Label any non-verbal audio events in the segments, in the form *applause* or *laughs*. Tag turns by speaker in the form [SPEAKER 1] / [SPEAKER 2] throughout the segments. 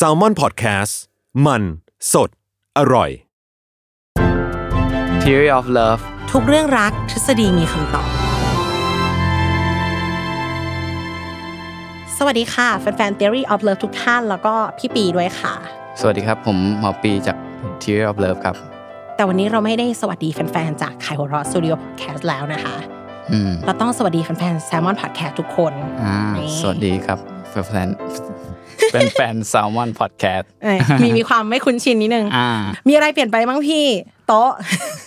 [SPEAKER 1] s a l m o n PODCAST มันสดอร่อย
[SPEAKER 2] Theory of Love
[SPEAKER 3] ทุกเรื่องรักทฤษฎีมีคำตอบ สวัสดีค่ะ แฟนๆ Theory of Love ทุกท่าน แล้วก็พี่ปีด้วยค่ะ
[SPEAKER 2] สวัสดีครับ ผมหมอปีจาก Theory of Love ครับ
[SPEAKER 3] แต่วันนี้เราไม่ได้สวัสดีแฟนๆ จากไคโฮรอสตูดิโอพอดแคสต์แล้วนะคะ
[SPEAKER 2] อืม
[SPEAKER 3] เราต้องสวัสดีแฟนๆ แซมมอนพอดแคสต์ทุกคน
[SPEAKER 2] อ่า
[SPEAKER 3] นี่
[SPEAKER 2] สวัสดีครับ แฟนแฟนเป็นแฟน Salmon Podcast
[SPEAKER 3] เอ้ยมีมีความไม่คุ้นชินนิดนึง
[SPEAKER 2] อ่า
[SPEAKER 3] มีอะไรเปลี่ยนไปบ้างพี่ โต๊ะ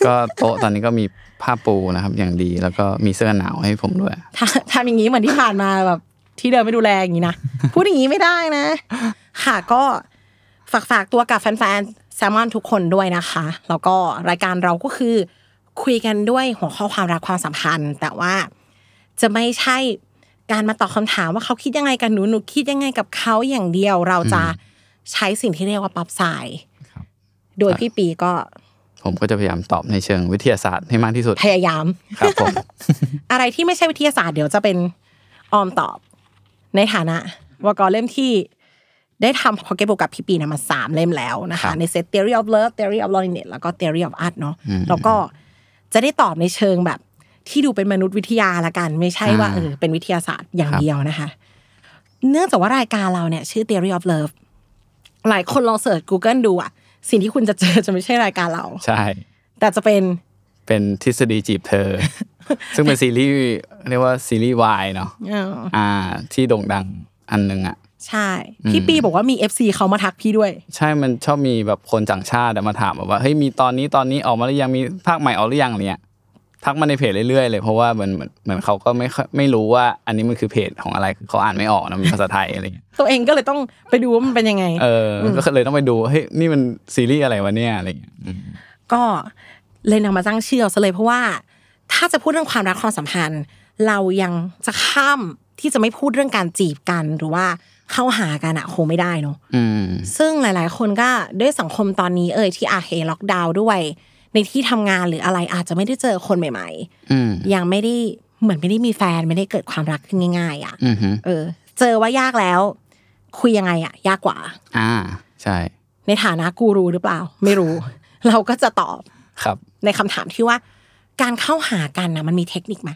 [SPEAKER 2] ก็โต๊ะตอนนี้ก็มีผ้าปูนะครับ อย่างดีแล้วก็มีเสื้อหนาวให้ผมด้วย
[SPEAKER 3] ทำทำอย่างนี้เห *laughs* มือนที่ผ่านมาแบบที่เดินไม่ดูแลอย่างนี้
[SPEAKER 2] *laughs*
[SPEAKER 3] นะ พูดอย่างนี้ไม่ได้นะ ค่ะก็ฝากฝากตัวกับแฟนๆแซมมอนทุกคนด้วยนะคะ แล้วก็รายการเราก็คือคุยกันด้วยหัวข้อความรักความสัมพันธ์ แต่ว่าจะไม่ใช่การมาตอบคำถามว่าเขาคิดยังไงกับหนูหนูคิดยังไงกับเขาอย่างเดียว เราจะใช้สิ่งที่เรียกว่าป๊อปสาย
[SPEAKER 2] ครับ
[SPEAKER 3] โดยพี่ปีก็
[SPEAKER 2] ผมก็จะพยายามตอบในเชิงวิทยาศาสตร์ให้มากที่สุด
[SPEAKER 3] พยายาม
[SPEAKER 2] ครับผม *laughs*
[SPEAKER 3] อะไรที่ไม่ใช่วิทยาศาสตร์เดี๋ยวจะเป็นออมตอบ ในฐานะวกรเล่มที่ได้ทำพอเก็บกับพี่ปีนะมาสามเล่มแล้วนะ
[SPEAKER 2] ครั
[SPEAKER 3] คะ
[SPEAKER 2] บ
[SPEAKER 3] ในเซต theory of love theory of loneliness แล้วก็ theory of art เนาะ
[SPEAKER 2] อืม
[SPEAKER 3] แล้วก็จะได้ตอบในเชิงแบบ ที่ดูเป็นมนุษยวิทยาละกัน ไม่ใช่ว่า
[SPEAKER 2] อ่า
[SPEAKER 3] เออเป็นวิทยาศาสตร์อย่าง
[SPEAKER 2] ครับ
[SPEAKER 3] เดียวนะคะ เนื่องจากว่ารายการเราเนี่ย ชื่อ theory of love หลายคนลองเสิร์ช Google ดูอะสิ่งที่คุณจะเจอจะไม่ใช่รายการเรา
[SPEAKER 2] ใช่
[SPEAKER 3] แต่จะเป็น
[SPEAKER 2] เป็นทฤษฎีจีบเธอ ซึ่งเป็นซีรีส์เรียกว่าซีรีส์วายเนาะอ่า ที่โด่งดังอันหนึ่งอ่ะ
[SPEAKER 3] ใช่ พี่ปีบอกว่ามี FC เขามาทักพี่ด้วย
[SPEAKER 2] ใช่ มันชอบมีแบบคนต่างชาติอะมาถามแบบว่า เฮ้ย มีตอนนี้ตอนนี้ออกมาหรือยัง มีภาคใหม่ออกหรือยังอะไรเนี่ย ทักมาในเพจเรื่อยๆเลย เพราะว่าเหมือนเหมือนเหมือนเขาก็ไม่ค่อยไม่รู้ว่าอันนี้มันคือเพจของอะไร คือเขาอ่านไม่ออกนะมันภาษาไทยอะไรเงี้ย
[SPEAKER 3] ตัวเองก็เลยต้องไปดูว่ามันเป็นยังไง
[SPEAKER 2] เออ ก็เลยต้องไปดู เฮ้ย นี่มันซีรีส์อะไรวะเนี่ยอะไรเงี้ย
[SPEAKER 3] ก็เลยนำมาตั้งชื่อเอาซะเลยเพราะว่า ถ้าจะพูดเรื่องความรักความสัมพันธ์ เรายังจะข้ามที่จะไม่พูดเรื่องการจีบกันหรือว่าเข้าหากันอะคงไม่ได้เนอะ
[SPEAKER 2] อืม
[SPEAKER 3] ซึ่งหลาย ๆ คนก็ด้วยสังคมตอนนี้เอ่ยที่อาเฮล็อกดาวน์ด้วย ในที่ทำงานหรืออะไรอาจจะไม่ได้เจอคนใหม่
[SPEAKER 2] อืม
[SPEAKER 3] ๆ ยังไม่ได้เหมือนไม่ได้มีแฟนไม่ได้เกิดความรักขึ้นง่าย ๆ อ่ะ
[SPEAKER 2] อืมฮึ
[SPEAKER 3] เออ เจอว่ายากแล้ว คุยยังไงอ่ะ ยากกว่า
[SPEAKER 2] อ่า ใช่
[SPEAKER 3] ในฐานะกูรูหรือเปล่า ไม่รู้ *laughs* เราก็จะตอบ
[SPEAKER 2] ครับ
[SPEAKER 3] ในคำถามที่ว่า การเข้าหากันนะมันมีเทคนิคไหม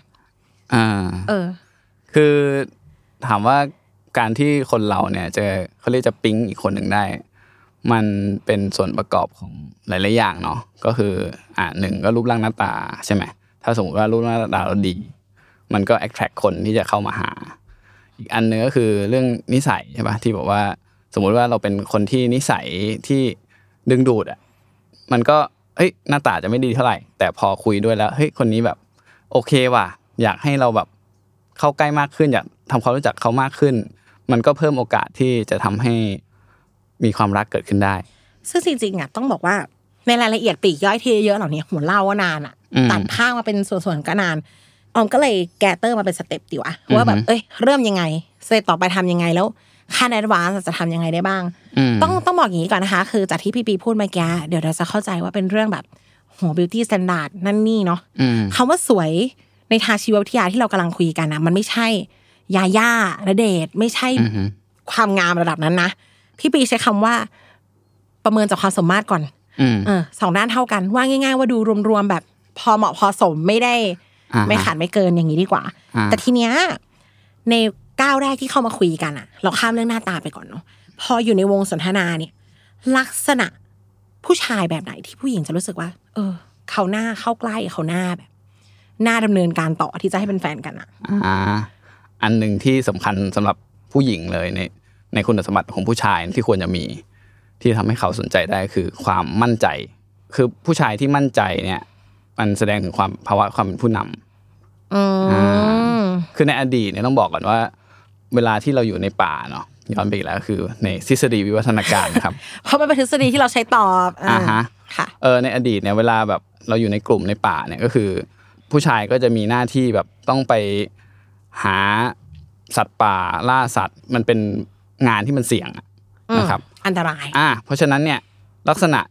[SPEAKER 2] อ่า
[SPEAKER 3] เออ
[SPEAKER 2] คือถามว่าการที่คนเราเนี่ยจะเขาเรียกจะปิ๊งอีกคนหนึ่งได้ มันเป็นส่วนประกอบของหลาย ๆ อย่างเนาะก็คืออ่าหนึ่งก็รูปร่างหน้าตาใช่ไหมถ้าสมมติว่ารูปร่างหน้าตาเราดี มันก็ attract คนที่จะเข้ามาหา อีกอันหนึงก็คือเรื่องนิสัยใช่ปะที่บอกว่าสมมุติว่าเราเป็นคนที่นิสัยที่ดึงดูดอ่ะมันก็เฮ้ยหน้าตาจะไม่ดีเท่าไหร่ แต่พอคุยด้วยแล้วเฮ้ยคนนี้แบบ โอเคว่ะ อยากให้เราแบบเข้าใกล้มากขึ้น อยากทำความรู้จักเขามากขึ้น มันก็เพิ่มโอกาสที่จะทำให้มีความรักเกิดขึ้นได้
[SPEAKER 3] ซึ่งจริงๆอ่ะต้องบอกว่าในรายละเอียดปลีกย่อยที่เยอะๆเหล่านี้หัวเล่าว่านานอ่ะ
[SPEAKER 2] อืม
[SPEAKER 3] ตัดภาคมาเป็นส่วนๆก็นานออมก็เลยแกเตอร์มาเป็นสเต็ปดีกว่าว่าแบบ
[SPEAKER 2] อือฮึ
[SPEAKER 3] เอ้ยเริ่มยังไงสเต็ปต่อไปทำยังไงแล้วขั้นแอดวานซ์จะทำยังไงได้บ้าง
[SPEAKER 2] ม
[SPEAKER 3] ต้องต้องบอกอย่างนี้ก่อนนะคะ คือจากที่พี่ปีพูดเมื่อกี้เดี๋ยวเราจะเข้าใจว่าเป็นเรื่องแบบโหบิวตี้สแตนดาร์ดนั่นนี่เนาะ
[SPEAKER 2] อืม
[SPEAKER 3] คำว่าสวยในทางชีววิทยาที่เรากำลังคุยกันนะมันไม่ใช่ยาย่าระเดชน์ไม่ใช่
[SPEAKER 2] อือฮึ
[SPEAKER 3] ความงามระดับนั้นนะพี่ปีใช้คำว่าประเมินจากความสมมาตรก่อน
[SPEAKER 2] อืม
[SPEAKER 3] เออสองด้านเท่ากัน ว่าง่าย ๆ ว่าดูรวมๆแบบพอเหมาะพอสมไม่ได้
[SPEAKER 2] อ่า
[SPEAKER 3] ไม่ขาดไม่เกินอย่างนี้ดีกว่า
[SPEAKER 2] อ่า
[SPEAKER 3] แต่ทีเนี้ยในก้าวแรกที่เข้ามาคุยกันอะเราข้ามเรื่องหน้าตาไปก่อนเนาะพออยู่ในวงสนทนาเนี่ย ลักษณะผู้ชายแบบไหนที่ผู้หญิงจะรู้สึกว่า เออ เขาหน้าเข้าใกล้เขาหน้าแบบหน้าดำเนินการต่อที่จะให้เป็นแฟนกันอะ
[SPEAKER 2] อ่าอันหนึ่งที่สำคัญสำหรับผู้หญิงเลยในในคุณสมบัติของผู้ชายที่ควรจะมี ที่ทำให้เขาสนใจได้คือความมั่นใจ คือผู้ชายที่มั่นใจเนี่ย มันแสดงถึงความภาวะความเป็นผู้นำ
[SPEAKER 3] อืม
[SPEAKER 2] คือในอดีตเนี่ยต้องบอกก่อนว่า เวลาที่เราอยู่ในป่าเนาะ ย้อนไปอีกแล้วคือในทฤษฎีวิวัฒนาการนะครับ
[SPEAKER 3] เพราะมันเป็นทฤษฎีที่เราใช้ตอบอ่า
[SPEAKER 2] อ่าฮะ
[SPEAKER 3] ค่ะ
[SPEAKER 2] เออในอดีตเนี่ยเวลาแบบเราอยู่ในกลุ่มในป่าเนี่ยก็คือ ผู้ชายก็จะมีหน้าที่แบบต้องไปหาสัตว์ป่าล่าสัตว์ มันเป็นงานที่มันเสี่ยงอะ
[SPEAKER 3] อืม
[SPEAKER 2] นะครับ
[SPEAKER 3] อันตราย
[SPEAKER 2] อ่าเพราะฉะนั้นเนี่ยลักษณะ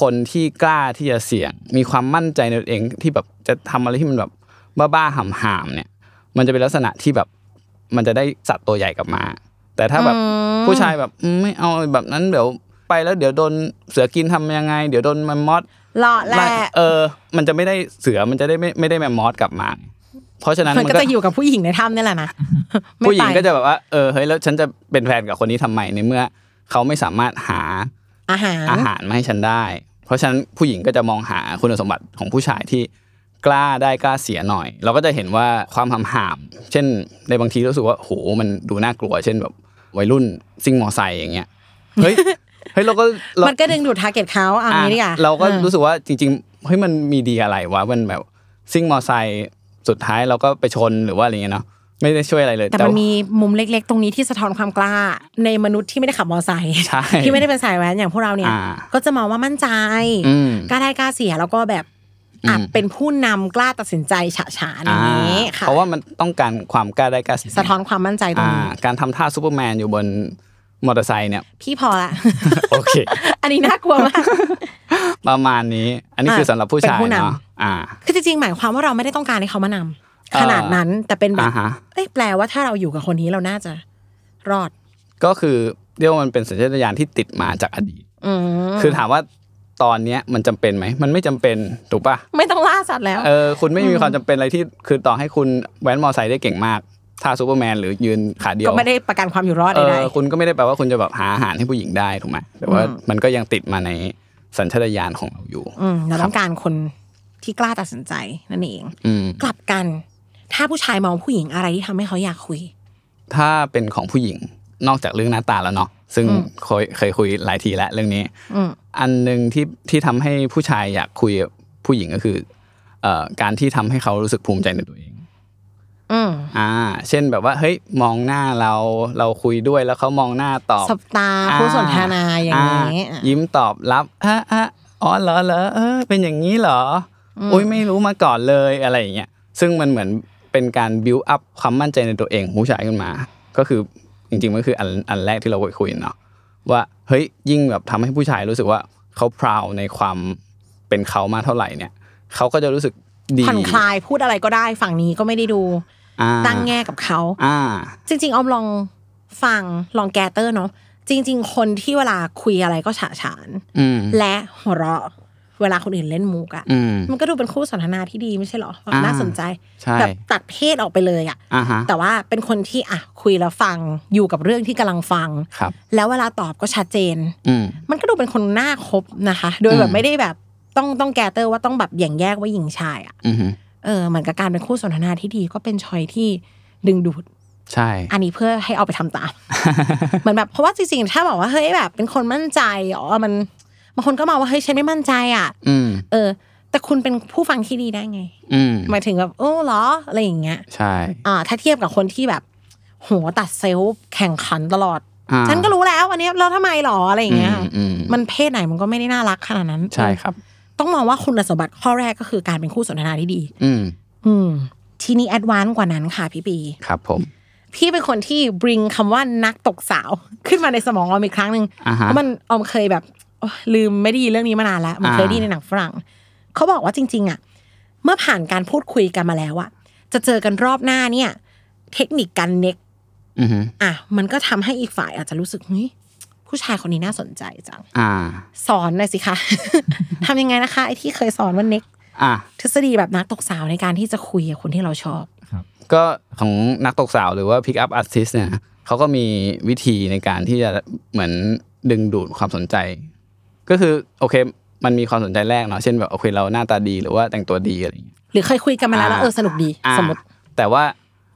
[SPEAKER 2] คนที่กล้าที่จะเสี่ยง มีความมั่นใจในตัวเองที่แบบจะทำอะไรที่มันแบบบ้าๆห่ำๆเนี่ย มันจะเป็นลักษณะที่แบบมันจะได้สัตว์ตัวใหญ่กลับมา แต่ถ้าแบบ
[SPEAKER 3] อืม
[SPEAKER 2] ผู้ชายแบบอืมไม่เอาแบบนั้นเดี๋ยวไปแล้วเดี๋ยวโดนเสือกินทำยังไง เดี๋ยวโดนแมมมอส
[SPEAKER 3] เลาะแหละ
[SPEAKER 2] ไล่เออ มันจะไม่ได้เสือมันจะได้ไม่ไม่ได้แมมมอสกลับมา เพราะฉะนั้น
[SPEAKER 3] มัน
[SPEAKER 2] มัน
[SPEAKER 3] ก็
[SPEAKER 2] ก็
[SPEAKER 3] จะอยู่กับผู้หญิงในถ้ำนี่แหละนะ
[SPEAKER 2] *laughs*
[SPEAKER 3] ไม่ไป
[SPEAKER 2] ผู้หญิงก็จะแบบว่าเออเฮ้ยแล้วฉันจะเป็นแฟนกับคนนี้ทำไมในเมื่อ เขาไม่สามารถหา
[SPEAKER 3] อาหาร
[SPEAKER 2] อาหารมาให้ฉันได้ เพราะฉะนั้นผู้หญิงก็จะมองหาคุณสมบัติของผู้ชายที่กล้าได้กล้าเสียหน่อย เราก็จะเห็นว่าความหำหามเช่นในบางทีรู้สึกว่าโหมันดูน่ากลัว เช่นแบบวัยรุ่นซิ่งมอไซค์อย่างเงี้ย เฮ้ย เฮ้ยเราก็เรา
[SPEAKER 3] มันก็ดึงดูดทาร์เก็ตเขาเอา
[SPEAKER 2] อ่ะ
[SPEAKER 3] งี้ดีกว่า
[SPEAKER 2] เราก็
[SPEAKER 3] อืม
[SPEAKER 2] รู้สึกว่าจริงๆเฮ้ยมันมีดีอะไรวะมันแบบซิ่งมอไซค์สุดท้ายเราก็ไปชนหรือว่าอะไรเงี้ยเนาะไม่ได้ช่วยอะไรเลย
[SPEAKER 3] แต่มันมีมุมเล็ก ๆ ตรงนี้ที่สะท้อนความกล้า ในมนุษย์ที่ไม่ได้ขับมอเตอร์ไซค์
[SPEAKER 2] ใช่
[SPEAKER 3] ที่ไม่ได้เป็นสายแว้นอย่างพวกเราเนี่ย
[SPEAKER 2] อ่า
[SPEAKER 3] ก็จะมองว่ามั่นใจ
[SPEAKER 2] อืม
[SPEAKER 3] กล้าได้กล้าเสียแล้วก็แบบอาจ
[SPEAKER 2] อืม
[SPEAKER 3] เป็นผู้นำกล้าตัดสินใจฉะฉานอย่างนี้
[SPEAKER 2] อ่า
[SPEAKER 3] ค่ะ
[SPEAKER 2] เพราะว่ามันต้องการความกล้าได้กล้าเสีย
[SPEAKER 3] สะท้อนความมั่นใจตรง
[SPEAKER 2] อ่า
[SPEAKER 3] นี้
[SPEAKER 2] การทำท่าซูเปอร์แมนอยู่บนมอเตอร์ไซค์
[SPEAKER 3] *laughs*
[SPEAKER 2] เนี่ย
[SPEAKER 3] พี่พอละ
[SPEAKER 2] โอเค
[SPEAKER 3] อันนี้น่ากลัว
[SPEAKER 2] *laughs*
[SPEAKER 3] มาก
[SPEAKER 2] ประมาณนี้ อันนี้
[SPEAKER 3] อ่ะ
[SPEAKER 2] คือสำหรับผู้ชาย
[SPEAKER 3] เป็นผู้นำ
[SPEAKER 2] เนาะอ่า
[SPEAKER 3] คือจริงๆหมายความว่าเราไม่ได้ต้องการให้เขามานำ
[SPEAKER 2] อ่า
[SPEAKER 3] ขนาดนั้นแต่เป็นแบ
[SPEAKER 2] อ่า
[SPEAKER 3] บ
[SPEAKER 2] ฮะ
[SPEAKER 3] เอ้ยแปลว่าถ้าเราอยู่กับคนนี้เราน่าจะรอด
[SPEAKER 2] ก็คือเรียกว่ามันเป็นสัญชาตญาณที่ติดมาจากอดีต
[SPEAKER 3] อืม
[SPEAKER 2] คือถามว่าตอนเนี้ยมันจำเป็นไหมมันไม่จำเป็นถูกป่ะ
[SPEAKER 3] ไม่ต้องล่าสัตว์แล้ว
[SPEAKER 2] เออคุณไม่มีความจำเป็นอะไรที่คือต่อให้คุณแว้นมอเตอร์ไซค์ได้เก่งมากท่าซูเปอร์แมนหรือยืนขาเดียว
[SPEAKER 3] ก็ไม่ได้ประกันความอยู่รอด
[SPEAKER 2] เอ
[SPEAKER 3] ใด
[SPEAKER 2] อคุณก็ไม่ได้แปลว่าคุณจะแบบหาอาหารให้ผู้หญิงได้ถูกไหมแต่ว่า
[SPEAKER 3] อืม
[SPEAKER 2] มันก็ยังติดมาในสัญชาตญาณของเราอยู่
[SPEAKER 3] ๆอืมเราต้องการคนที่กล้าตัดสินใจนั่นเอง
[SPEAKER 2] อืม
[SPEAKER 3] กลับกัน ถ้าผู้ชายมองผู้หญิงอะไรที่ทำให้เขาอยากคุย
[SPEAKER 2] ถ้าเป็นของผู้หญิงนอกจากเรื่องหน้าตาแล้วเนาะซึ่ง
[SPEAKER 3] อืม
[SPEAKER 2] เคยเคยคุยหลายทีแล้วเรื่องนี้
[SPEAKER 3] อืม
[SPEAKER 2] อันหนึ่งที่ที่ทำให้ผู้ชายอยากคุยกับผู้หญิงก็คือเอ่อการที่ทำให้เขารู้สึกภูมิใจในตัวเอง
[SPEAKER 3] อืม
[SPEAKER 2] อ่า เช่นแบบว่าเฮ้ยมองหน้าเราเราคุยด้วยแล้วเขามองหน้าตอบ
[SPEAKER 3] สบตา
[SPEAKER 2] อ่
[SPEAKER 3] คู่สนทนาอย่างนี้
[SPEAKER 2] อ่ายิ้มตอบรับอ่ะอ่ะอ๋อเหรอเหรอเออเป็นอย่างนี้เหรอ
[SPEAKER 3] ม
[SPEAKER 2] อุ้ยไม่รู้มาก่อนเลยอะไรอย่างเงี้ยซึ่งมันเหมือนเป็นการ build up ความมั่นใจในตัวเองของผู้ชายขึ้นมา ก็คือจริงๆมันคืออันอันแรกที่เราคุยคุยเนาะว่าเฮ้ยยิ่งแบบทำให้ผู้ชายรู้สึกว่าเขา proud ในความเป็นเขามากเท่าไหร่เนี่ยเขาก็จะรู้สึกดี
[SPEAKER 3] ผ่อนคลายพูดอะไรก็ได้ฝั่งนี้ก็ไม่ได้ดู
[SPEAKER 2] อ่า
[SPEAKER 3] ตั้งแง่กับเขา
[SPEAKER 2] อ่า
[SPEAKER 3] จริง ๆออมลองฟังลองแกเตอร์เนาะจริง ๆ คนที่เวลาคุยอะไรก็ฉะฉาน
[SPEAKER 2] อืม
[SPEAKER 3] และหัวเราะเวลาคนอื่นเล่นมุกอะ
[SPEAKER 2] อืม
[SPEAKER 3] มันก็ดูเป็นคู่สนทนาที่ดีไม่ใช่เหรอแบบ
[SPEAKER 2] อ่า
[SPEAKER 3] น่าสนใจ
[SPEAKER 2] ใช่
[SPEAKER 3] แบบตัดเพศออกไปเลยอะ
[SPEAKER 2] อ่าฮะ
[SPEAKER 3] แต่ว่าเป็นคนที่อ่ะคุยแล้วฟังอยู่กับเรื่องที่กำลังฟัง
[SPEAKER 2] ครับ
[SPEAKER 3] แล้วเวลาตอบก็ชัดเจน
[SPEAKER 2] อืม
[SPEAKER 3] มันก็ดูเป็นคนน่าคบนะคะ โดยแบ
[SPEAKER 2] อื
[SPEAKER 3] บ
[SPEAKER 2] ม
[SPEAKER 3] ไม่ได้แบบต้องต้องแกเตอร์ว่าต้องแบบแย่งแยกว่าหญิงชายอะ
[SPEAKER 2] อืม
[SPEAKER 3] เออเหมือนกับการเป็นคู่สนทนาที่ดีก็เป็นชอยที่ดึงดูด
[SPEAKER 2] ใช่
[SPEAKER 3] อันนี้เพื่อให้เอาไปทำ
[SPEAKER 2] *laughs*
[SPEAKER 3] ตาม เหมือนแบบเพราะว่าจริงๆถ้าบอกว่าเฮ้ยแบบ เป็นคนมั่นใจอ๋อมันบางคนก็มองว่าเฮ้ยฉันไม่มั่นใจอ่ะ
[SPEAKER 2] อืม
[SPEAKER 3] เออ แต่คุณเป็นผู้ฟังที่ดีได้ไง
[SPEAKER 2] อืม
[SPEAKER 3] หมายถึงแบบโอ้เหรออะไรอย่างเงี้ย
[SPEAKER 2] ใช่
[SPEAKER 3] อ่าถ้าเทียบกับคนที่แบบโหตัดเซลล์แข่งขันตลอด
[SPEAKER 2] อ่า
[SPEAKER 3] ฉันก็รู้แล้วอันเนี้ยเราทำไมหรออะไรอย่างเงี้ย
[SPEAKER 2] อืมอืม
[SPEAKER 3] มันเพศไหนมันก็ไม่ได้น่ารักขนาดนั้น
[SPEAKER 2] ใช่ครับ
[SPEAKER 3] ต้องมองว่าคุณสมบัติข้อแรกก็คือการเป็นคู่สนทนาที่ดี
[SPEAKER 2] อืม
[SPEAKER 3] อืมทีนี้แอดวานซ์กว่านั้นค่ะพี่ปี
[SPEAKER 2] ครับผม
[SPEAKER 3] พี่เป็นคนที่ bring คำว่านักตกสาว *laughs* ขึ้นมาในสมองออมอีกครั้งหนึ่ง
[SPEAKER 2] อ่า
[SPEAKER 3] เพ
[SPEAKER 2] ฮะ
[SPEAKER 3] ราะมันออมเคยแบบโอ๊ยลืมไม่ได้ยินเรื่องนี้มานานแล้ว มัน
[SPEAKER 2] อ่า
[SPEAKER 3] เคยได้ยินในหนังฝรั่ง เขาบอกว่าจริง ๆ อ่ะ เมื่อผ่านการพูดคุยกันมาแล้วอะจะเจอกันรอบหน้าเนี่ย เทคนิคการเน็ก
[SPEAKER 2] อือฮึ
[SPEAKER 3] อ่ะมันก็ทำให้อีกฝ่ายอาจจะรู้สึกเฮ้ยผู้ชายคนนี้น่าสนใจจัง
[SPEAKER 2] อ่า
[SPEAKER 3] สอนหน่อยสิคะ *laughs* ทำยังไงนะคะไอ้ที่เคยสอนว่าเน็ก
[SPEAKER 2] อ่ะ
[SPEAKER 3] ทฤษฎีแบบนักตกสาวในการที่จะคุยกับคนที่เราชอบ
[SPEAKER 2] ก็ของนักตกสาวหรือว่า pick up artist เนี่ยเขาก็มีวิธีในการที่จะเหมือนดึงดูดความสนใจ ก็คือโอเค มันมีความสนใจแรกเนาะเช่นแบบโอเคเราหน้าตาดีหรือว่าแต่งตัวดีอะไรอย่างเงี้ย
[SPEAKER 3] หรือเคยคุยกันมาแล้วแล้ว
[SPEAKER 2] อ่า
[SPEAKER 3] เออสนุกดี
[SPEAKER 2] อ่า
[SPEAKER 3] สมมติ
[SPEAKER 2] แต่ว่า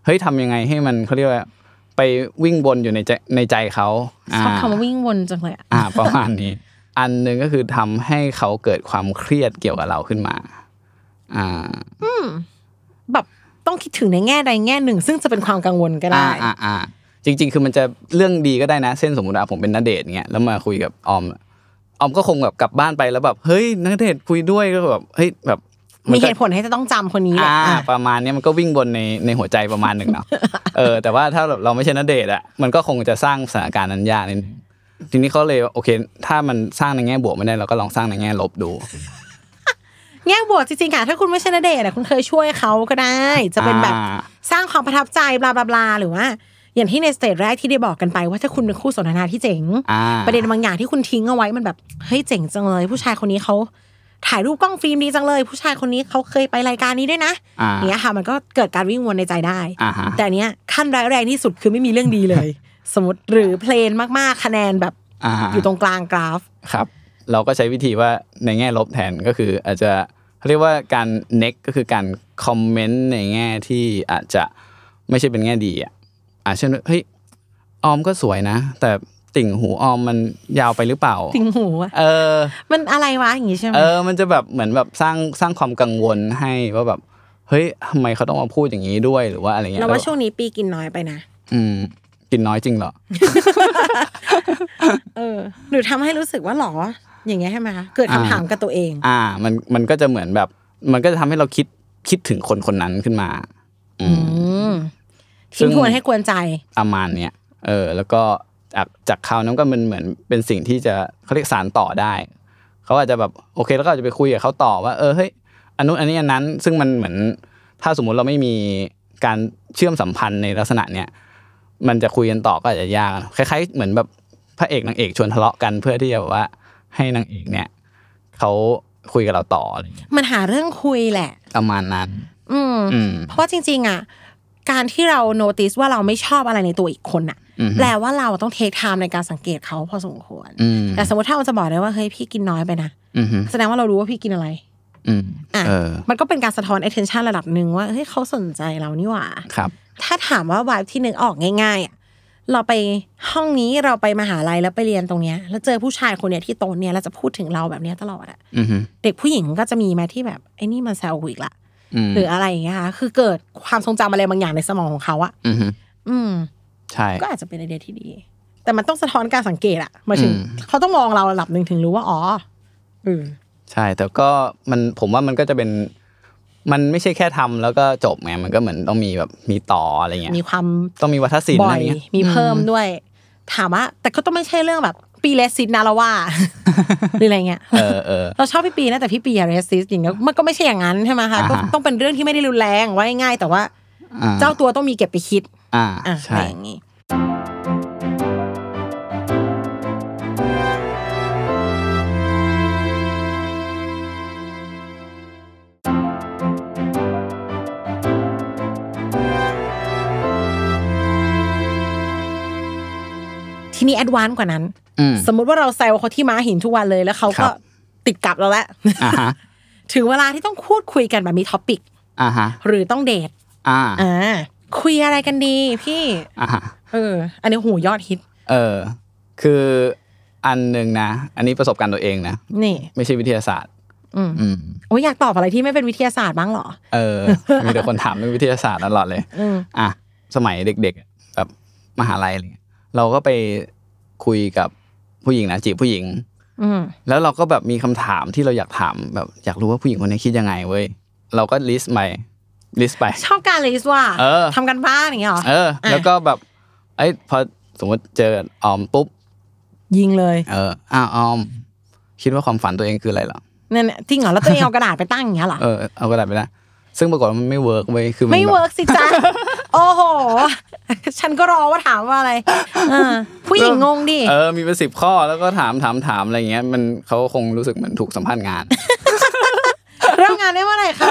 [SPEAKER 2] เฮ้ยทำยังไงให้มันเขาเรียกว่าไปวิ่งวนอยู่ในใจในใจเขาา
[SPEAKER 3] ชอบคำว่าวิ่งวนจังเลยอะ
[SPEAKER 2] อ่า *laughs* ประมาณนี้ อันหนึ่งก็คือทำให้เขาเกิดความเครียดเกี่ยวกับเราขึ้นมา อ่า
[SPEAKER 3] แบบต้องคิดถึงในแง่ใดแง่หนึ่ง ซึ่งจะเป็นความกังวลก็
[SPEAKER 2] อ่า
[SPEAKER 3] ได้
[SPEAKER 2] อ่าอ่าจ จริง ๆ คือมันจะเรื่องดีก็ได้นะ เช่นสมมติว่าผมเป็นนาเดชน์เงี้ยแล้วมาคุยกับออมออมก็คงแบบกลับบ้านไปแล้วแบบเฮ้ยนาเดชน์คุยด้วยก็แบบเฮ้ยแบบน
[SPEAKER 3] มี
[SPEAKER 2] ก็
[SPEAKER 3] เหตุผลให้จะต้องจำคนนี้แหละ
[SPEAKER 2] อ่า
[SPEAKER 3] อ่ะ
[SPEAKER 2] ประมาณเนี้ยมันก็วิ่งบนในในหัวใจประมาณหนึ่
[SPEAKER 3] *laughs*
[SPEAKER 2] งเนาะ เออแต่ว่าถ้าเราไม่ใช่นัดเดทอะมันก็คงจะสร้างสถานการณ์นั้นยากนิดนึงทีนี้เขาเลยโอเค ถ้ามันสร้างในแง่บวกไม่ได้เราก็ลองสร้างในแง่ลบดู
[SPEAKER 3] แง่บวกจริงๆค่ะถ้าคุณไม่ใช่นเดชน์อะคุณเคยช่วยเขาก็ได้ จะเป็นแบบ
[SPEAKER 2] อ่า
[SPEAKER 3] สร้างความประทับใจบลาบลาบลาหรือว่า อย่างที่ในสเตจแรกที่ได้บอกกันไปว่าถ้าคุณเป็นคู่สนทนาที่เจ๋ง
[SPEAKER 2] อ่า
[SPEAKER 3] ประเด็นบางอย่างที่คุณทิ้งเอาไว้มันแบบเฮ้ยเจ๋งจังเลย ผู้ชายคนนี้เขาถ่ายรูปกล้องฟิล์มดีจังเลย ผู้ชายคนนี้เขาเคยไปรายการนี้ด้วยนะ
[SPEAKER 2] อ่า
[SPEAKER 3] อย่างเนี้ยค่ะมันก็เกิดการวิ่งวนในใจได้
[SPEAKER 2] อ่าฮะ
[SPEAKER 3] แต่อันเนี้ยขั้นร้ายแรงที่สุดคือไม่มีเรื่องดี
[SPEAKER 2] *laughs*
[SPEAKER 3] เลย สมมติหรือเพลนมากๆคะแนนแบบ
[SPEAKER 2] อ่าฮะ
[SPEAKER 3] อยู่ตรงกลางกราฟ
[SPEAKER 2] ครับ เราก็ใช้วิธีว่าในแง่ลบแทนก็คือ อาจจะเขาเรียกว่าการ neck ก็คือการคอมเมนต์ในแง่ที่อาจจะไม่ใช่เป็นแง่ดีอะอ่าเช่นเฮ้ยออมก็สวยนะ แต่ติ่งหูออมมันยาวไปหรือเปล่า
[SPEAKER 3] ติงหูอะ
[SPEAKER 2] เออ
[SPEAKER 3] มันอะไรวะอย่างงี้ใช่ไหม
[SPEAKER 2] เออ มันจะแบบเหมือนแบบสร้างสร้างความกังวลให้ว่าแบบ เฮ้ยทำไมเขาต้องมาพูดอย่างนี้ด้วยหรือว่าอะไรเงี้ย
[SPEAKER 3] เราว่า
[SPEAKER 2] แล้
[SPEAKER 3] ช่วงนี้ปีกินน้อยไปนะ
[SPEAKER 2] อืม กินน้อยจริงเหรอ
[SPEAKER 3] เออ หรือทำให้รู้สึกว่าหรอ อย่างเงี้ยใช่ไหมคะ เกิดคำ
[SPEAKER 2] อ่า
[SPEAKER 3] ถามกับตัวเอง
[SPEAKER 2] อ่า มันมันก็จะเหมือนแบบ มันก็จะทำให้เราคิดคิดถึงคนคนนั้นขึ้นมา อื
[SPEAKER 3] อื
[SPEAKER 2] ม
[SPEAKER 3] ม
[SPEAKER 2] ซึ่
[SPEAKER 3] ทิ้
[SPEAKER 2] ง
[SPEAKER 3] งทวนให้กวนใจ
[SPEAKER 2] ประมาณเนี้ยเออ แล้วก็จากจากข่าวนั้นก็มันเหมือนเป็นสิ่งที่จะเขาเรียกสารต่อได้ เขาอาจจะแบบโอเคแล้วก็อาจจะไปคุยกับเขาต่อว่า เออเฮ้ยอันนู้นอันนี้อันนั้น ซึ่งมันเหมือน ถ้าสมมุติเราไม่มีการเชื่อมสัมพันธ์ในลักษณะเนี้ยมันจะคุยกันต่อก็อาจจะยากคล้ายๆ เหมือนแบบพระเอกนางเอกชวนทะเลาะกันเพื่อที่จะแบบว่าให้นางเอกเนี่ยเขาคุยกับเราต่ออะไรอย่างเงี้ย
[SPEAKER 3] มันหาเรื่องคุยแหละ
[SPEAKER 2] ประมาณนั้น
[SPEAKER 3] อืม
[SPEAKER 2] อืม
[SPEAKER 3] เพราะว่าจริง ๆ อ่ะ การที่เราโนติสว่าเราไม่ชอบอะไรในตัวอีกคนอ่ะ
[SPEAKER 2] อือฮึ
[SPEAKER 3] แปลว่าเราต้องเทคไทม์ในการสังเกตเขาพอสมควร
[SPEAKER 2] อืม
[SPEAKER 3] แต่สมมติถ้าเราจะบอกได้ว่าเฮ้ยพี่กินน้อยไปนะ
[SPEAKER 2] อืม
[SPEAKER 3] แสดงว่าเรารู้ว่าพี่กินอะไร
[SPEAKER 2] อืม
[SPEAKER 3] อ่ะ
[SPEAKER 2] เออ
[SPEAKER 3] มันก็เป็นการสะท้อน attention ระดับหนึ่งว่าเฮ้ยเขาสนใจเรานี่หว่า
[SPEAKER 2] ครับ
[SPEAKER 3] ถ้าถามว่าวายที่นึกออกง่ายๆอะเราไปห้องนี้เราไปมหาลัยแล้วไปเรียนตรงเนี้ย แล้วเจอผู้ชายคนเนี้ยที่โตะเนี่ยแล้วจะพูดถึงเราแบบเนี้ยตลอดอะ
[SPEAKER 2] อืม
[SPEAKER 3] เด็กผู้หญิงก็จะมีไหมที่แบบไอ้นี่มันแซวกูอีกละ
[SPEAKER 2] อืม
[SPEAKER 3] หรืออะไรอย่างเงี้ยค่ะคือเกิดความทรงจำอะไรบางอย่างในสมองของเขาอะ
[SPEAKER 2] อืม
[SPEAKER 3] อืม
[SPEAKER 2] ใช่
[SPEAKER 3] ก็อาจจะเป็นไอเดียที่ดี แต่มันต้องสะท้อนการสังเกตอะหมายถึง
[SPEAKER 2] อืม
[SPEAKER 3] เขาต้องมองเราระดับหนึ่งถึงรู้ว่าอ๋ออืม
[SPEAKER 2] ใช่แต่ก็มันผมว่ามันก็จะเป็น มันไม่ใช่แค่ทำแล้วก็จบไงมันก็เหมือนต้องมีแบบมีต่ออะไรเงี้ย
[SPEAKER 3] มีความ
[SPEAKER 2] ต้องมีวัฒนศิลป์
[SPEAKER 3] บ่
[SPEAKER 2] อะ
[SPEAKER 3] อ
[SPEAKER 2] ไร
[SPEAKER 3] ย
[SPEAKER 2] เงี้ย
[SPEAKER 3] มีเพิ่มด้วย ถามว่า แต่ก็ต้องไม่ใช่เรื่องแบบปีเลสซินนาละว่า *laughs* หรืออะไรเงี้ย
[SPEAKER 2] เออเออ
[SPEAKER 3] เราชอบพี่ปีนะแต่พี่ปีอะเรสซิสอย่างเงี้ยมันก็ไม่ใช่อย่างนั้นใช่ไหมคะ
[SPEAKER 2] อ่าฮะ
[SPEAKER 3] ก็ต้องเป็นเรื่องที่ไม่ได้รุนแรงว่าง่ายๆแต่ว่า
[SPEAKER 2] อ่
[SPEAKER 3] เจ้าตัวต้องมีเก็บไปคิด
[SPEAKER 2] อ่า
[SPEAKER 3] อ่ะอะ
[SPEAKER 2] ใช่
[SPEAKER 3] ไรอย่างนี้ทีนี้แอดวานซ์กว่านั้น
[SPEAKER 2] อืม
[SPEAKER 3] สมมุติว่าเราแซวเขาที่ม้าหินทุกวันเลยแล้วเขา
[SPEAKER 2] ครั
[SPEAKER 3] ก็
[SPEAKER 2] บ
[SPEAKER 3] ติดกลับเราแล้ว *laughs*
[SPEAKER 2] อ่าฮะ
[SPEAKER 3] ถึงเวลาที่ต้องพูดคุยกันแบบมีท็อปิก
[SPEAKER 2] อ่าฮะ
[SPEAKER 3] หรือต้องเดท
[SPEAKER 2] อ่า
[SPEAKER 3] อ่าคุยอะไรกันดีพี่
[SPEAKER 2] อ่าฮะ
[SPEAKER 3] เออ อันนี้หูยอดฮิต
[SPEAKER 2] เออ คืออันหนึ่งนะ อันนี้ประสบการณ์ตัวเองนะ
[SPEAKER 3] นี่
[SPEAKER 2] ไม่ใช่วิทยาศาสตร์
[SPEAKER 3] อืม
[SPEAKER 2] อืม
[SPEAKER 3] โอ้ยอยากตอบอะไรที่ไม่เป็นวิทยาศาสตร์บ้างเหรอ
[SPEAKER 2] เออ มีแต่คนถามเรื่องวิทยาศาสตร์ตลอดเลย
[SPEAKER 3] อืม
[SPEAKER 2] อ่ะสมัยเด็กๆแบบมหาลัยอะไรเงี้ยเราก็ไปคุยกับผู้หญิงนะจีบผู้หญิง
[SPEAKER 3] อืม
[SPEAKER 2] แล้วเราก็แบบมีคำถามที่เราอยากถามแบบอยากรู้ว่าผู้หญิงคนนี้คิดยังไงเว้ยเราก็ลิสต์ไปลิ
[SPEAKER 3] *laughs*
[SPEAKER 2] สต์ไป
[SPEAKER 3] ชอบการเลยว่า
[SPEAKER 2] เออ
[SPEAKER 3] ทำกันบ้านอย่างเงี้ยเหรอ
[SPEAKER 2] เออ
[SPEAKER 3] อ่ะ
[SPEAKER 2] แล้วก็แบบไอ้ยพอสมมติเจอออมปุ๊บ
[SPEAKER 3] ยิงเลย
[SPEAKER 2] เอออ้าวออม คิดว่าความฝันตัวเองคืออะไรเหรอ
[SPEAKER 3] นั่นน่ะจริงเหรอแล้วตัวเองเอากระดาษไปตั้งอย่างเงี้ยเหรอ
[SPEAKER 2] เออเอากระดาษไปนะซึ่งปรากฏว่ามันไม่เวิร์กเว้ยคือมัน
[SPEAKER 3] ไม่
[SPEAKER 2] แบบ
[SPEAKER 3] เวิร์กสิจ้าโอ้โห ฉันก็รอว่าถามว่าอะไรอ่าผู้หญิงงงดิ
[SPEAKER 2] เออมีเป็นสิบข้อแล้วก็ถามถามถามอะไรเงี้ยมันเขาคงรู้สึกเหมือนถูกสัมภาษณ์งาน
[SPEAKER 3] เริ่มงานได้เมื่อไหร่คะ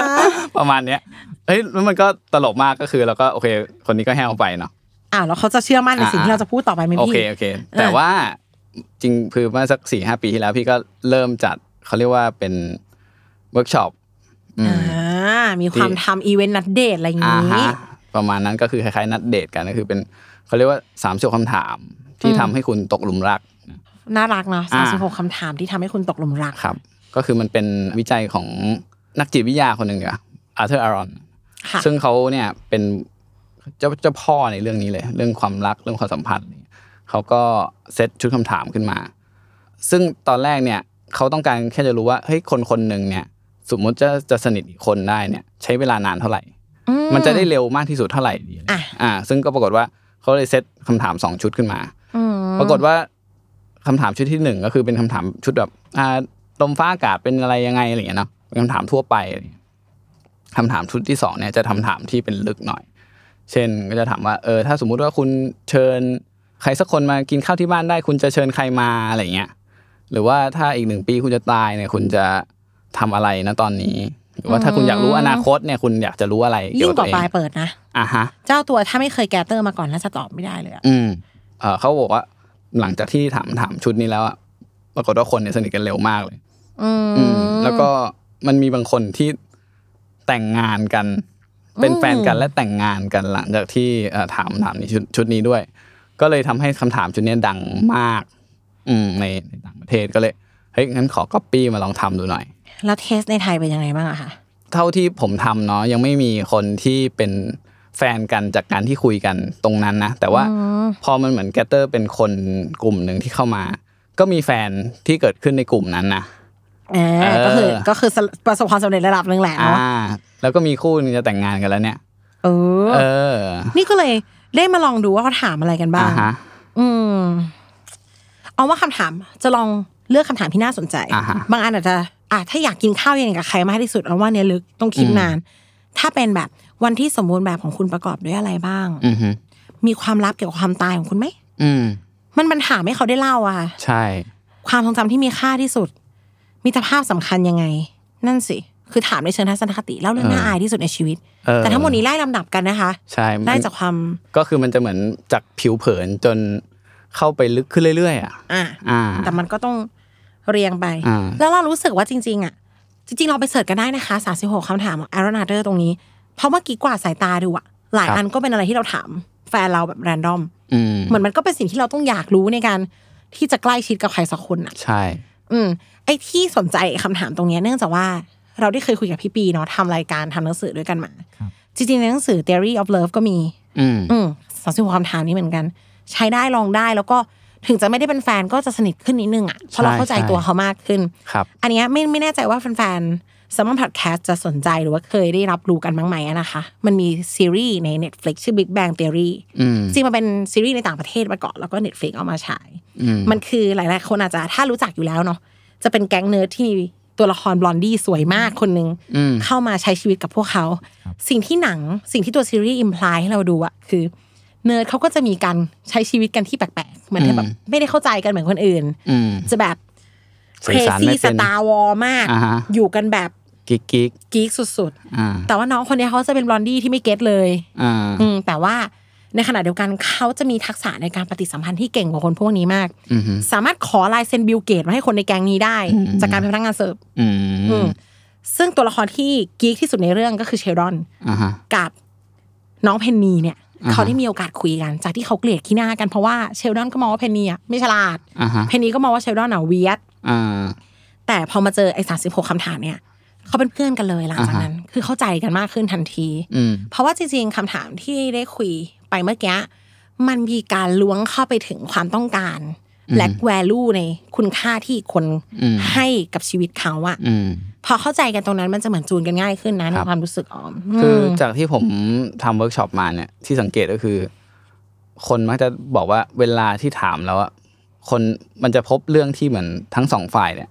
[SPEAKER 2] ประมาณเนี้ยเฮ้ยแล้วมันก็ตลกมากก็คือเราก็โอเค คนนี้ก็แห้วไปเนาะ
[SPEAKER 3] อ้าวแล้วเขาจะเชื่อมั่นในสิ่งที่เราจะพูดต่อไปไหม
[SPEAKER 2] โอ
[SPEAKER 3] พี่
[SPEAKER 2] เคโอเค แต่
[SPEAKER 3] อ่ะ
[SPEAKER 2] ว่าจริงคือเมื่อสักสี่ห้าปีที่แล้วพี่ก็เริ่มจัดเขาเรียกว่าเป็นเวิร์กช็อปอืม
[SPEAKER 3] อ่ามีความ
[SPEAKER 2] ที่
[SPEAKER 3] ทำอีเวนต์นัดเดทอะไรอย่าง
[SPEAKER 2] อ่าฮะ
[SPEAKER 3] นี้
[SPEAKER 2] ประมาณนั้นก็คือคล้ายๆนัดเดทกันก็คือเป็นเขาเรียกว่าสามสิบคำถาม ที่
[SPEAKER 3] อืม
[SPEAKER 2] ทำให้คุณตกหลุมรัก
[SPEAKER 3] น่ารักเนาะ
[SPEAKER 2] อ่า
[SPEAKER 3] 36คำถามที่ทำให้คุณตกหลุมรัก
[SPEAKER 2] ครับ ก็คือมันเป็นวิจัยของนักจิตวิทยาคนหนึ่งอะอาร์เธอร์อารอน
[SPEAKER 3] ค่ะ
[SPEAKER 2] ซึ่งเขาเนี่ยเป็น เจ้าเจ้าพ่อในเรื่องนี้เลย เรื่องความรักเรื่องความสัมพันธ์นี่เขาก็เซตชุดคำถามขึ้นมา ซึ่งตอนแรกเนี่ยเขาต้องการแค่จะรู้ว่าเฮ้ยคนคนหนึ่งเนี่ย สมมติจะจะสนิทอีกคนได้เนี่ย ใช้เวลานานเท่าไหร่
[SPEAKER 3] อื
[SPEAKER 2] มันจะได้เร็วมากที่สุดเท่าไหร่ดี
[SPEAKER 3] อ่ะ
[SPEAKER 2] อ่า ซึ่งก็ปรากฏว่าเขาเลยเซตคำถามสองชุดขึ้นมา
[SPEAKER 3] อืม
[SPEAKER 2] ปรากฏว่าคำถามชุดที่หนึ่งก็คือเป็นคำถามชุดแบบอ่าลมฟ้าอากาศเป็นอะไรยังไงอะไรอย่างเงี้ยเนาะเป็นคำถามทั่วไปอะไรอย่างเงี้ยคำถามชุดที่สองเนี่ยจะทำถามที่เป็นลึกหน่อย เช่นก็จะถามว่าเออถ้าสมมุติว่าคุณเชิญใครสักคนมากินข้าวที่บ้านได้ คุณจะเชิญใครมาอะไรอย่างเงี้ยหรือว่าถ้าอีกหนึ่งปีคุณจะตายเนี่ยคุณจะทำอะไรนะตอนนี้ หรือว่าถ้าคุณอยากรู้อนาคตเนี่ยคุณอยากจะรู้อะไรเกี่ย
[SPEAKER 3] ยิ่
[SPEAKER 2] ว
[SPEAKER 3] ง
[SPEAKER 2] กับ
[SPEAKER 3] ก
[SPEAKER 2] ตัว
[SPEAKER 3] ว่า
[SPEAKER 2] เอ
[SPEAKER 3] ปลาย
[SPEAKER 2] ง
[SPEAKER 3] เปิดนะ
[SPEAKER 2] อ่ะฮะ
[SPEAKER 3] เจ้าตัวถ้าไม่เคยแกเตอร์มาก่อนน่าจะตอบไม่ได้เลยอะ
[SPEAKER 2] อืมเอ่อเขาบอกว่าหลังจากที่ถามถามชุดนี้แล้วอะปรากฏว่าคนเนี่ยสนิทกันเร็วมากเลย
[SPEAKER 3] อืม
[SPEAKER 2] อืม แล้วก็มันมีบางคนที่แต่งงานกัน เป็นแฟนกันและแต่งงานกันหลังจากที่เอ่อถามถามนี้ชุดชุดนี้ด้วย ก็เลยทำให้คำถามชุดเนี้ยดังมาก อืมในในต่างประเทศก็เลยเฮ้ยงั้นขอก๊อปปี้มาลองทำดูหน่อย
[SPEAKER 3] แล้วเทสในไทยเป็นยังไงบ้างอะคะ
[SPEAKER 2] เท่าที่ผมทำเนาะยังไม่มีคนที่เป็นแฟนกันจากการที่คุยกันตรงนั้นนะแต่ว่าพอมันเหมือนแกเตอร์เป็นคนกลุ่มหนึ่งที่เข้ามา ก็มีแฟนที่เกิดขึ้นในกลุ่มนั้นนะ
[SPEAKER 3] อ่า
[SPEAKER 2] เออ
[SPEAKER 3] ก็คือก็คือประสบความสำเร็จระดับหนึ่งแหละ
[SPEAKER 2] อ่า
[SPEAKER 3] เนาะ
[SPEAKER 2] แล้วก็มีคู่หนึงจะแต่งงานกันแล้วเนี่ย
[SPEAKER 3] เออ
[SPEAKER 2] เออ
[SPEAKER 3] นี่ก็เลยได้มาลองดูว่าเขาถามอะไรกันบ้า
[SPEAKER 2] อ่าง ฮะ
[SPEAKER 3] อืม เอาว่าคำถามจะลองเลือกคำถามที่น่าสนใจ
[SPEAKER 2] อ่าฮะ
[SPEAKER 3] บางอันอาจจะอ่ะถ้าอยากกินข้าวเย็นกับใครมากที่สุดเอาว่าเนี่ยลึกต้องคิด
[SPEAKER 2] อืม
[SPEAKER 3] นาน ถ้าเป็นแบบวันที่สมบูรณ์แบบของคุณประกอบด้วยอะไรบ้าง
[SPEAKER 2] อือฮึ
[SPEAKER 3] มีความลับเกี่ยวกับความตายของคุณไหม
[SPEAKER 2] อืม
[SPEAKER 3] มันมันถามให้เขาได้เล่าอะค่ะ
[SPEAKER 2] ใช่
[SPEAKER 3] ความทรงจำที่มีค่าที่สุด มีตรภาพสำคัญยังไง นั่นสิ คือถามในเชิงทัศนคติเล่าเรื่องน่าอายที่สุดในชีวิต
[SPEAKER 2] เออ
[SPEAKER 3] แต่ทั้งหมดนี้ไล่ลำดับกันนะคะ
[SPEAKER 2] ใช่มัน
[SPEAKER 3] ไล่จากความ
[SPEAKER 2] ก็คือมันจะเหมือนจากผิวเผินจนเข้าไปลึกขึ้นเรื่อยๆอ่ะ
[SPEAKER 3] อ่ะ
[SPEAKER 2] อ่า
[SPEAKER 3] แต่มันก็ต้องเรียงไป
[SPEAKER 2] อ่า
[SPEAKER 3] แล้วเรารู้สึกว่าจริง ๆ อ่ะ จริง ๆ เราไปเสิร์ชกันได้นะคะ 36คำถามของ a r o n a t e r ตรงนี้ เพราะเมื่อกี้กว่าดสายตาดูอะหลายอันก็เป็นอะไรที่เราถามแฟนเราแบบแรนดอม
[SPEAKER 2] อืม
[SPEAKER 3] เหมือนมันก็เป็นสิ่งที่เราต้องอยากรู้ในการที่จะใกล้ชิดกับใครสักคนอ่ะ
[SPEAKER 2] ใช่
[SPEAKER 3] อืมไอ้ที่สนใจคำถามตรงเนี้ยเนื่องจากว่าเราได้เคยคุยกับพี่ปีเนาะทำรายการทำหนังสือด้วยกันมา จริงๆในหนังสือ Theory of Love ก็มี
[SPEAKER 2] อืม
[SPEAKER 3] อืมสองสิบหกคำถามนี้เหมือนกัน ใช้ได้ลองได้แล้วก็ถึงจะไม่ได้เป็นแฟนก็จะสนิทขึ้นนิดนึงอ่ะเพราะเราเข้าใจตัวเขามากขึ้น
[SPEAKER 2] ครับ
[SPEAKER 3] อันเนี้ยไม่ไม่แน่ใจว่าแฟนๆ s ซ m มอนพอดแคสต์จะสนใจหรือว่าเคยได้รับรู้กันบ้างไหมอะนะคะ มันมีซีรีส์ใน Netflix ชื่อ Big Bang Theory
[SPEAKER 2] อืม
[SPEAKER 3] จริงๆมันเป็นซีรีส์ในต่างประเทศมาก่อนแล้วก็ Netflix เอามาฉาย
[SPEAKER 2] อืม
[SPEAKER 3] มันคือหลายๆ คนอาจจะถ้ารู้จักอยู่แล้วเนาะจะเป็นแก๊งเนิร์ดที่มีตัวละครบลอนดี้สวยมากคนหนึ่ง
[SPEAKER 2] อืม
[SPEAKER 3] เข้ามาใช้ชีวิตกับพวกเขา สิ่งที่หนังสิ่งที่ตัวซีรีส์อิมพลายให้เราดูอะคือเนิร์ดเขาก็จะมีการใช้ชีวิตกันที่แปลกๆเหมือนที่แบบไม่ได้เข้าใจกันเหมือนคนอื่น
[SPEAKER 2] อืม
[SPEAKER 3] จะแบบ
[SPEAKER 2] สื่
[SPEAKER 3] เค
[SPEAKER 2] อสารไม่
[SPEAKER 3] ซี่
[SPEAKER 2] เป็น
[SPEAKER 3] สตาร์วอลมาก
[SPEAKER 2] อ่าฮะ
[SPEAKER 3] อยู่กันแบบ
[SPEAKER 2] กิ๊กกิ๊ก
[SPEAKER 3] กีกสุด
[SPEAKER 2] อ่า
[SPEAKER 3] ๆ แต่ว่าน้องคนเนี้ยเขาจะเป็นบลอนดี้ที่ไม่เก็ตเลย
[SPEAKER 2] อ่า
[SPEAKER 3] อืมแต่ว่าในขณะเดียวกันเขาจะมีทักษะในการปฏิสัมพันธ์ที่เก่งกว่าคนพวกนี้มาก
[SPEAKER 2] อือฮึ
[SPEAKER 3] สามารถขอลายเซ็นบิลเกตมาให้คนในแก๊งนี้ได้ จากการเป็นพนักงานเสิร์ฟ
[SPEAKER 2] อื
[SPEAKER 3] อื
[SPEAKER 2] ม
[SPEAKER 3] มซึ่งตัวละครที่กีกที่สุดในเรื่องก็คือเชลดอน
[SPEAKER 2] อ่าฮะ
[SPEAKER 3] กับน้องเพนนีเนี่ย
[SPEAKER 2] อ่าฮะ
[SPEAKER 3] เขาได้มีโอกาสคุยกัน จากที่เขาเกลียดขี้หน้ากันเพราะว่าเชลดอนก็มองว่าเพนนีอ่ะไม่ฉลาด
[SPEAKER 2] อ่าฮะ
[SPEAKER 3] เพนนีก็มองว่าเชลดอนอ่ะเวียด
[SPEAKER 2] อ่า
[SPEAKER 3] แต่พอมาเจอไอ้สาสิบหกคำถามเนี่ยเขาเป็นเพื่อนกันเลยหลังจากนั้น คือเข้าใจกันมากขึ้นทันที
[SPEAKER 2] อืม
[SPEAKER 3] เพราะว่าจริงๆคำถามที่ได้คุยไปเมื่อกี้มันมีการล้วงเข้าไปถึงความต้องการ และ value ในคุณค่าที่คน
[SPEAKER 2] อืม
[SPEAKER 3] ให้กับชีวิตเขาอะ
[SPEAKER 2] อืม
[SPEAKER 3] พอเข้าใจกันตรงนั้นมันจะเหมือนจูนกันง่ายขึ้นนะใน
[SPEAKER 2] ครับ
[SPEAKER 3] ความรู้สึกออม
[SPEAKER 2] คือ
[SPEAKER 3] ม
[SPEAKER 2] จากที่ผมทำเวิร์กช็อปมาเนี่ยที่สังเกตก็คือ คนมักจะบอกว่าเวลาที่ถามแล้วอะคนมันจะพบเรื่องที่เหมือนทั้งสองฝ่ายเนี่ย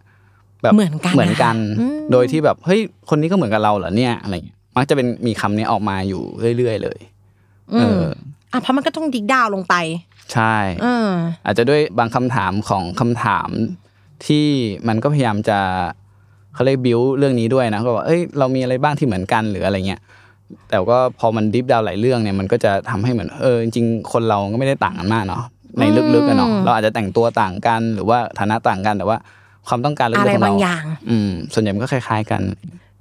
[SPEAKER 2] แบบ
[SPEAKER 3] เหมือนกัน
[SPEAKER 2] เหมือนกัน
[SPEAKER 3] นะคะอืม
[SPEAKER 2] โดยที่แบบเฮ้ยคนนี้ก็เหมือนกับเราเหรอเนี่ยอะไรเงี้ยมักจะเป็นมีคำนี้ออกมาอยู่เรื่อยๆ เลยเอออ
[SPEAKER 3] อ่ะเพราะมันก็ต้องดิกดาวลงไป
[SPEAKER 2] ใช่
[SPEAKER 3] เออ
[SPEAKER 2] อาจจะด้วยบางคำถามของคำถามที่มันก็พยายามจะเขาเรียกบิวเรื่องนี้ด้วยนะก็บอกเอ้ยเรามีอะไรบ้างที่เหมือนกันหรืออะไรเงี้ยแต่ก็พอมันดิฟดาวหลายเรื่องเนี่ยมันก็จะทำให้เหมือนเออจริงๆคนเราก็ไม่ได้ต่างกันมากเนาะในลึกๆกันเนาะ
[SPEAKER 3] อืม
[SPEAKER 2] เราอาจจะแต่งตัวต่างกัน หรือว่าฐานะต่างกันแต่ว่าความต้องการลึก
[SPEAKER 3] อะ
[SPEAKER 2] ๆ
[SPEAKER 3] ไร
[SPEAKER 2] ของ
[SPEAKER 3] บา
[SPEAKER 2] เรา
[SPEAKER 3] งอย่าง
[SPEAKER 2] อืมส่วนใหญ่มันก็คล้าย ๆ กัน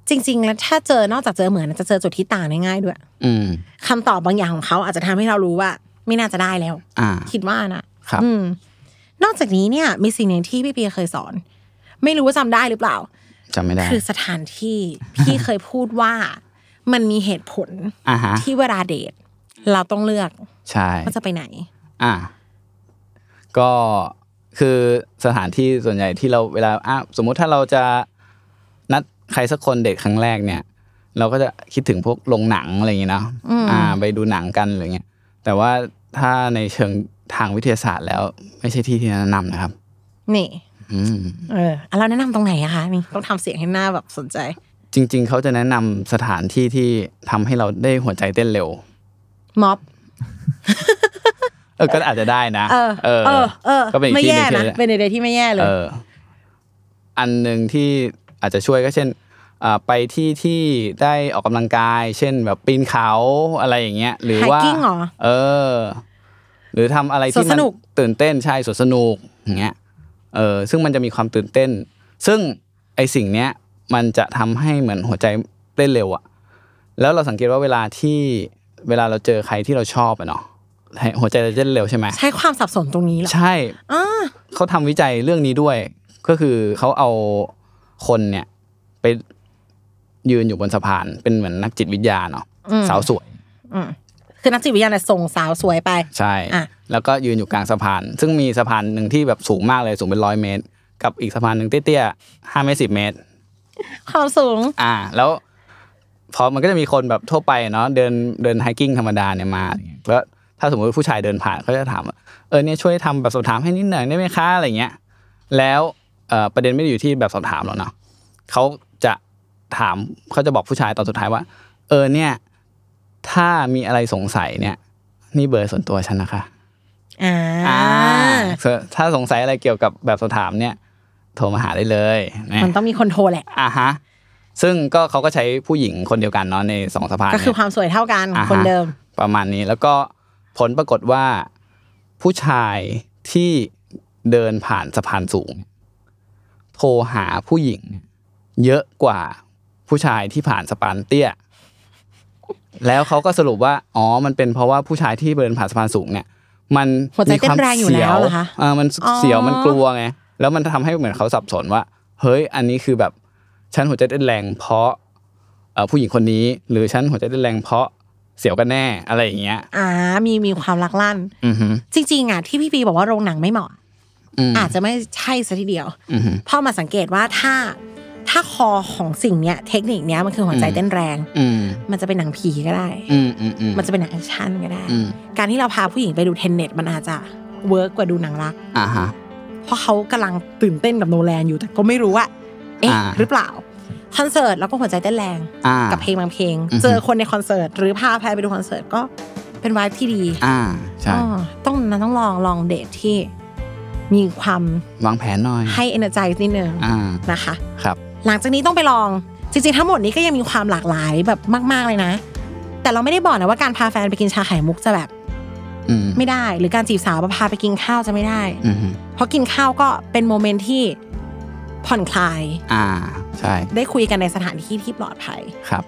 [SPEAKER 3] จริง ๆ แล้วถ้าเจอนอกจากเจอเหมือนจะเจอจุดที่ต่างได้ง่ายด้วย
[SPEAKER 2] อืม
[SPEAKER 3] คำตอบบางอย่างของเขาอาจจะทำให้เรารู้ว่า ไม่น่าจะได้แล้ว
[SPEAKER 2] อ่า
[SPEAKER 3] คิดว่านะครับ อืม นอกจากนี้เนี่ย มีสิ่งหนึ่งที่พี่เปียเคยสอน ไม่รู้ว่าจำได้หรือเปล่า
[SPEAKER 2] จำไม่ได้
[SPEAKER 3] คือสถานที่ พี่เคยพูดว่า มันมีเหตุผล
[SPEAKER 2] อ่าฮะ
[SPEAKER 3] ที่เวลาเดท เราต้องเลือก
[SPEAKER 2] ใช่
[SPEAKER 3] ว่าจะไปไหน
[SPEAKER 2] อ่ะก็คือสถานที่ส่วนใหญ่ที่เราเวลาอ่ะสมมุติถ้าเราจะนัดใครสักคนเดทครั้งแรกเนี่ย เราก็จะคิดถึงพวกโรงหนังอะไรอย่างเงี้ยเนาะ
[SPEAKER 3] อืม
[SPEAKER 2] อ่า ไปดูหนังกันอะไรเงี้ยแต่ว่าถ้าในเชิงทางวิทยาศาสตร์แล้ว ไม่ใช่ที่ที่แนะนำนะครับ
[SPEAKER 3] นี่
[SPEAKER 2] อืม
[SPEAKER 3] เอออ่ะเราแนะนำตรงไหนอะคะนี่ต้องทำเสียงให้หน้าแบบสนใจ
[SPEAKER 2] จริง ๆ เขาจะแนะนำสถานที่ที่ทำให้เราได้หัวใจเต้นเร็ว
[SPEAKER 3] ม็อบ
[SPEAKER 2] เออก็อาจจะได้นะ
[SPEAKER 3] เออ
[SPEAKER 2] เออ
[SPEAKER 3] เออ เออ
[SPEAKER 2] ก็เป็นอีก
[SPEAKER 3] ไม่
[SPEAKER 2] ที่ห
[SPEAKER 3] แย่
[SPEAKER 2] นึ่ง
[SPEAKER 3] นะ
[SPEAKER 2] ที่
[SPEAKER 3] เป็นไอเดียที่ไม่แย่เลย
[SPEAKER 2] เอออันหนึ่งที่อาจจะช่วยก็เช่นอ่าไปที่ที่ได้ออกกำลังกาย เช่นแบบปีนเขาอะไรอย่างเงี้ย หรือว่า
[SPEAKER 3] Hiking เหรอ
[SPEAKER 2] เออ หรือทำอะไรที่
[SPEAKER 3] สวน
[SPEAKER 2] มั
[SPEAKER 3] สนุก
[SPEAKER 2] ตื่นเต้นใช่สวนสนุกอย่างเงี้ยเออซึ่งมันจะมีความตื่นเต้น ซึ่งไอสิ่งเนี้ยมันจะทำให้เหมือนหัวใจเต้นเร็วอะแล้วเราสังเกตว่าเวลาที่เวลาเราเจอใครที่เราชอบอะเนาะหัวใจเราเต้นเร็วใช่ไหม
[SPEAKER 3] ใช้ความสับสนตรงนี้เหรอ
[SPEAKER 2] ใช่
[SPEAKER 3] อ่า
[SPEAKER 2] เขาทำวิจัยเรื่องนี้ด้วย ก็คือเขาเอาคนเนี่ยไปยืนอยู่บนสะพาน เป็นเหมือนนักจิตวิทยาเนาะสาวสวย
[SPEAKER 3] อืมคือนักจิตวิทยาเนี่ยส่งสาวสวยไป
[SPEAKER 2] ใช่
[SPEAKER 3] อ่ะ
[SPEAKER 2] แล้วก็ยืนอยู่กลางสะพาน ซึ่งมีสะพานหนึ่งที่แบบสูงมากเลยสูงเป็นร้อยเมตร กับอีกสะพานหนึ่งเตี้ยๆห้าเมตรสิบเมตร
[SPEAKER 3] ความสูง
[SPEAKER 2] อ่า แล้วพอมันก็จะมีคนแบบทั่วไปเนาะเดินเดินไฮกิ้งธรรมดาเนี่ยมาอะไรเงี้ยแล้วถ้าสมมติผู้ชายเดินผ่านเขาจะถามว่าเออเนี่ยช่วยทำแบบสอบถามให้นิดหน่อยได้ไหมคะอะไรเงี้ย แล้วเอ่อประเด็นไม่ได้อยู่ที่แบบสอบถามหรอกเนาะเขาจะถามเขาจะบอกผู้ชายตอนสุดท้ายว่า เออเนี่ย ถ้ามีอะไรสงสัยเนี่ย นี่เบอร์ส่วนตัวฉันนะคะ
[SPEAKER 3] อ่า
[SPEAKER 2] อ่าถ้าสงสัยอะไรเกี่ยวกับแบบสอบถามเนี่ย โทรมาหาได้เลยนะ
[SPEAKER 3] มันต้องมีคนโทรแหละ
[SPEAKER 2] อ่าฮะ ซึ่งก็เขาก็ใช้ผู้หญิงคนเดียวกันเนาะในสองสะพาน
[SPEAKER 3] ก็คือ
[SPEAKER 2] เนี่ยว
[SPEAKER 3] คามสวยเท่ากัน
[SPEAKER 2] อ่าฮะ
[SPEAKER 3] คนเดิม
[SPEAKER 2] ประมาณนี้แล้วก็ผลปรากฏว่า ผู้ชายที่เดินผ่านสะพานสูงเนี่ยโทรหาผู้หญิงเนี่ยเยอะกว่าผู้ชายที่ผ่านสะพานเตี้ย แล้วเขาก็สรุปว่า อ๋อ มันเป็นเพราะว่าผู้ชายที่เดินผ่านสะพานสูงเนี่ย มัน
[SPEAKER 3] หัวใจเต้นแรงอยู่แล้วเหรอคะ
[SPEAKER 2] เออมัน
[SPEAKER 3] อ๋อ
[SPEAKER 2] เสียวมันกลัวไง แล้วมันทำให้เหมือนเขาสับสนว่า เฮ้ย อันนี้คือแบบฉันหัวใจเต้นแรงเพราะเอ่อผู้หญิงคนนี้ หรือฉันหัวใจเต้นแรงเพราะเสียวกันแน่อะไรอย่างเงี้ย
[SPEAKER 3] อ่า มีมีความรักลั่น
[SPEAKER 2] อือหือ
[SPEAKER 3] จริงๆอ่ะที่พี่ปีบอกว่าโรงหนังไม่เหมาะ
[SPEAKER 2] อืม
[SPEAKER 3] อาจจะไม่ใช่ซะทีเดียว
[SPEAKER 2] อือหือ
[SPEAKER 3] พ่อมาสังเกตว่าถ้าถ้าคอของสิ่งเนี้ย เทคนิคเนี้ยมันคือหัวใจ
[SPEAKER 2] อืม
[SPEAKER 3] เต้นแรง
[SPEAKER 2] อืม
[SPEAKER 3] มันจะเป็นหนังผีก็ได้
[SPEAKER 2] อืมอืมอืม
[SPEAKER 3] มันจะเป็นหนังแอคชั่นก็ได้
[SPEAKER 2] อืม
[SPEAKER 3] การที่เราพาผู้หญิงไปดูเทนเน็ตมันอาจจะเวิร์กกว่าดูหนังรัก
[SPEAKER 2] อ่าฮะ
[SPEAKER 3] เพราะเขากำลังตื่นเต้นกับโนแลนอยู่แต่ก็ไม่รู้ว่า เอ๊ะ
[SPEAKER 2] อ่า
[SPEAKER 3] หรือเปล่า คอนเสิร์ตแล้วก็หัวใจเต้นแรง
[SPEAKER 2] อ่า
[SPEAKER 3] กับเพลงบางเพลง
[SPEAKER 2] อือฮึ
[SPEAKER 3] เจอคนในคอนเสิร์ต หรือพาแพรไปดูคอนเสิร์ตก็เป็นวายที่ดี
[SPEAKER 2] อ่าใช่
[SPEAKER 3] อ้อต้องนั้นต้องลองลองเดทที่ มีความ
[SPEAKER 2] วางแผนหน่อย
[SPEAKER 3] ให้ energize นิดนึง
[SPEAKER 2] อ่า
[SPEAKER 3] นะคะ
[SPEAKER 2] ครับ
[SPEAKER 3] หลังจากนี้ต้องไปลอง จริงๆ ทั้งหมดนี้ก็ยังมีความหลากหลายแบบมาก ๆ เลยนะ แต่เราไม่ได้บอกนะว่าการพาแฟนไปกินชาไข่มุกจะแบบ
[SPEAKER 2] อืม
[SPEAKER 3] ไม่ได้ หรือการจีบสาวพาไปกินข้าวจะไม่ได้
[SPEAKER 2] อือหือ
[SPEAKER 3] เพราะกินข้าวก็เป็นโมเมนต์ที่ผ่อนคลาย
[SPEAKER 2] อ่าใช่
[SPEAKER 3] ได้คุยกันในสถานที่ที่ปลอดภัย
[SPEAKER 2] ครับ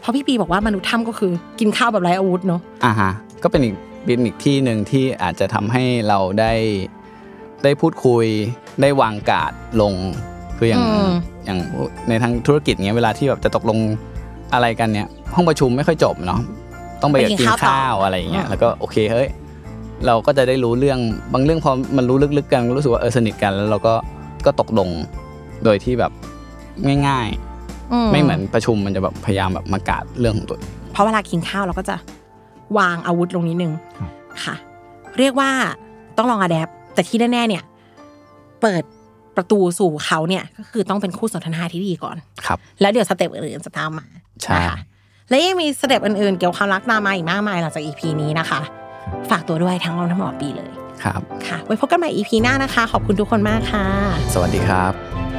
[SPEAKER 3] เพราะพี่ปีบอกว่ามนุษย์ถ้ำก็คือกินข้าวแบบไร้อาวุธเนอะ
[SPEAKER 2] อ่าฮะก็เป็นอีกเป็นอีกที่หนึ่งที่อาจจะทำให้เราได้ได้พูดคุย ได้วางการ์ดลงคืออย่าง
[SPEAKER 3] อืม
[SPEAKER 2] อย่างในทางธุรกิจเงี้ยเวลาที่แบบจะตกลงอะไรกันเนี่ย ห้องประชุมไม่ค่อยจบเนาะต้องไป
[SPEAKER 3] ไปกิน
[SPEAKER 2] กิน
[SPEAKER 3] ข้าวต่อ
[SPEAKER 2] ข้าวอะไรอย่างเงี้ย
[SPEAKER 3] อืม
[SPEAKER 2] แล้วก็โอเคเฮ้ยเราก็จะได้รู้เรื่องบางเรื่องพอมันรู้ลึกๆกันรู้สึกว่าเออสนิทกันแล้วเราก็ก็ตกลงโดยที่แบบง่าย ๆ ไม่เหมือนประชุมมันจะแบบพยายามแบบมากาดเรื่องของตัวเอง
[SPEAKER 3] เพราะเวลากินข้าวเราก็จะวางอาวุธลงนิดนึง
[SPEAKER 2] ครับ
[SPEAKER 3] ค่ะ เรียกว่าต้องลองอะแดปแต่ที่แน่ๆเนี่ย เปิดประตูสู่เขาเนี่ย ก็คือต้องเป็นคู่สนทนาที่ดีก่อน
[SPEAKER 2] ครับ
[SPEAKER 3] แล้วเดี๋ยวสเต็ปอื่นๆจะตามมา
[SPEAKER 2] ใช่
[SPEAKER 3] นะคะและยังมีสเต็ปอื่นๆ เกี่ยวกับความรักตามมาอีกมากมายหลังจาก EP นี้นะคะ ฝากตัวด้วยทั้งเราทั้งหมอปีเลย
[SPEAKER 2] ครับ
[SPEAKER 3] ค่ะ ไว้พบกันใหม่ EP หน้านะคะ ขอบคุณทุกคนมากค่ะ
[SPEAKER 2] สวัสดีครับ